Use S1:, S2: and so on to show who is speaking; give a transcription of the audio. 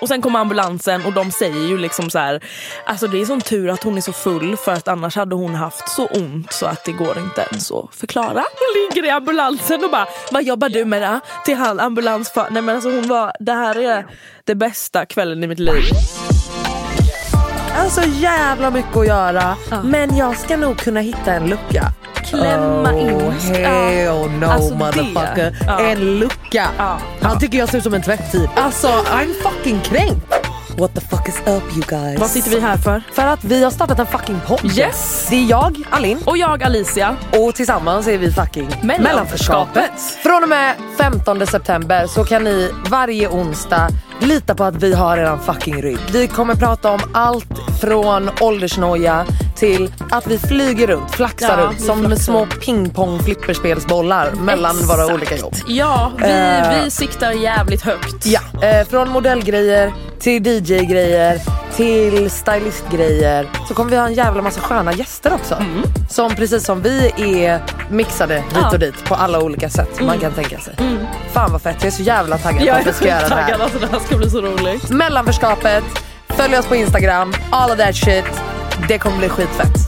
S1: Och sen kommer ambulansen och de säger ju liksom så här, alltså det är sån tur att hon är så full för att annars hade hon haft så ont så att det går inte ens att förklara. Hon ligger i ambulansen och bara, vad jobbar du med det? Till han ambulansföraren. Nej men alltså hon var, det här är det bästa kvällen i mitt liv.
S2: Alltså jävla mycket att göra. Men jag ska nog kunna hitta en lucka.
S3: Klämma
S2: Oh,
S3: in.
S2: hell no
S3: Alltså, det-
S2: motherfucker.
S1: Ja.
S2: En lucka.
S1: Ja.
S2: Han tycker jag ser ut som en tvätttid. Alltså I'm fucking kränkt. What the fuck is up you guys?
S1: Vad sitter vi här för?
S2: För att vi har startat en fucking podd.
S1: Yes.
S2: Det är jag, Alin
S1: Och jag Alicia.
S2: och tillsammans är vi fucking
S1: Mellanförskapet.
S2: Från och med 15 september så kan ni varje onsdag lita på att vi har eran fucking rygg. Vi kommer prata om allt från åldersnoja till att vi flyger runt, flaxar
S1: Ja,
S2: runt
S1: vi
S2: som
S1: flaxar.
S2: små pingpong flipperspelsbollar mellan våra olika jobb.
S1: Ja, vi,
S2: Eh.
S1: vi siktar jävligt högt.
S2: Ja, eh, från modellgrejer till DJ-grejer till stylistgrejer så kommer vi ha en jävla massa sköna gäster också. Som precis som vi är mixade hit
S1: Mm. Ja. Mm.
S2: och dit på alla olika sätt man kan tänka sig. Fan vad fett, jag är så jävla taggad på
S1: Jag
S2: att vi
S1: är
S2: ska göra det
S1: taggad,
S2: här.
S1: alltså det här ska bli så roligt.
S2: Mellanförskapet, följ oss på Instagram, all of that shit. Det kommer bli skitfett.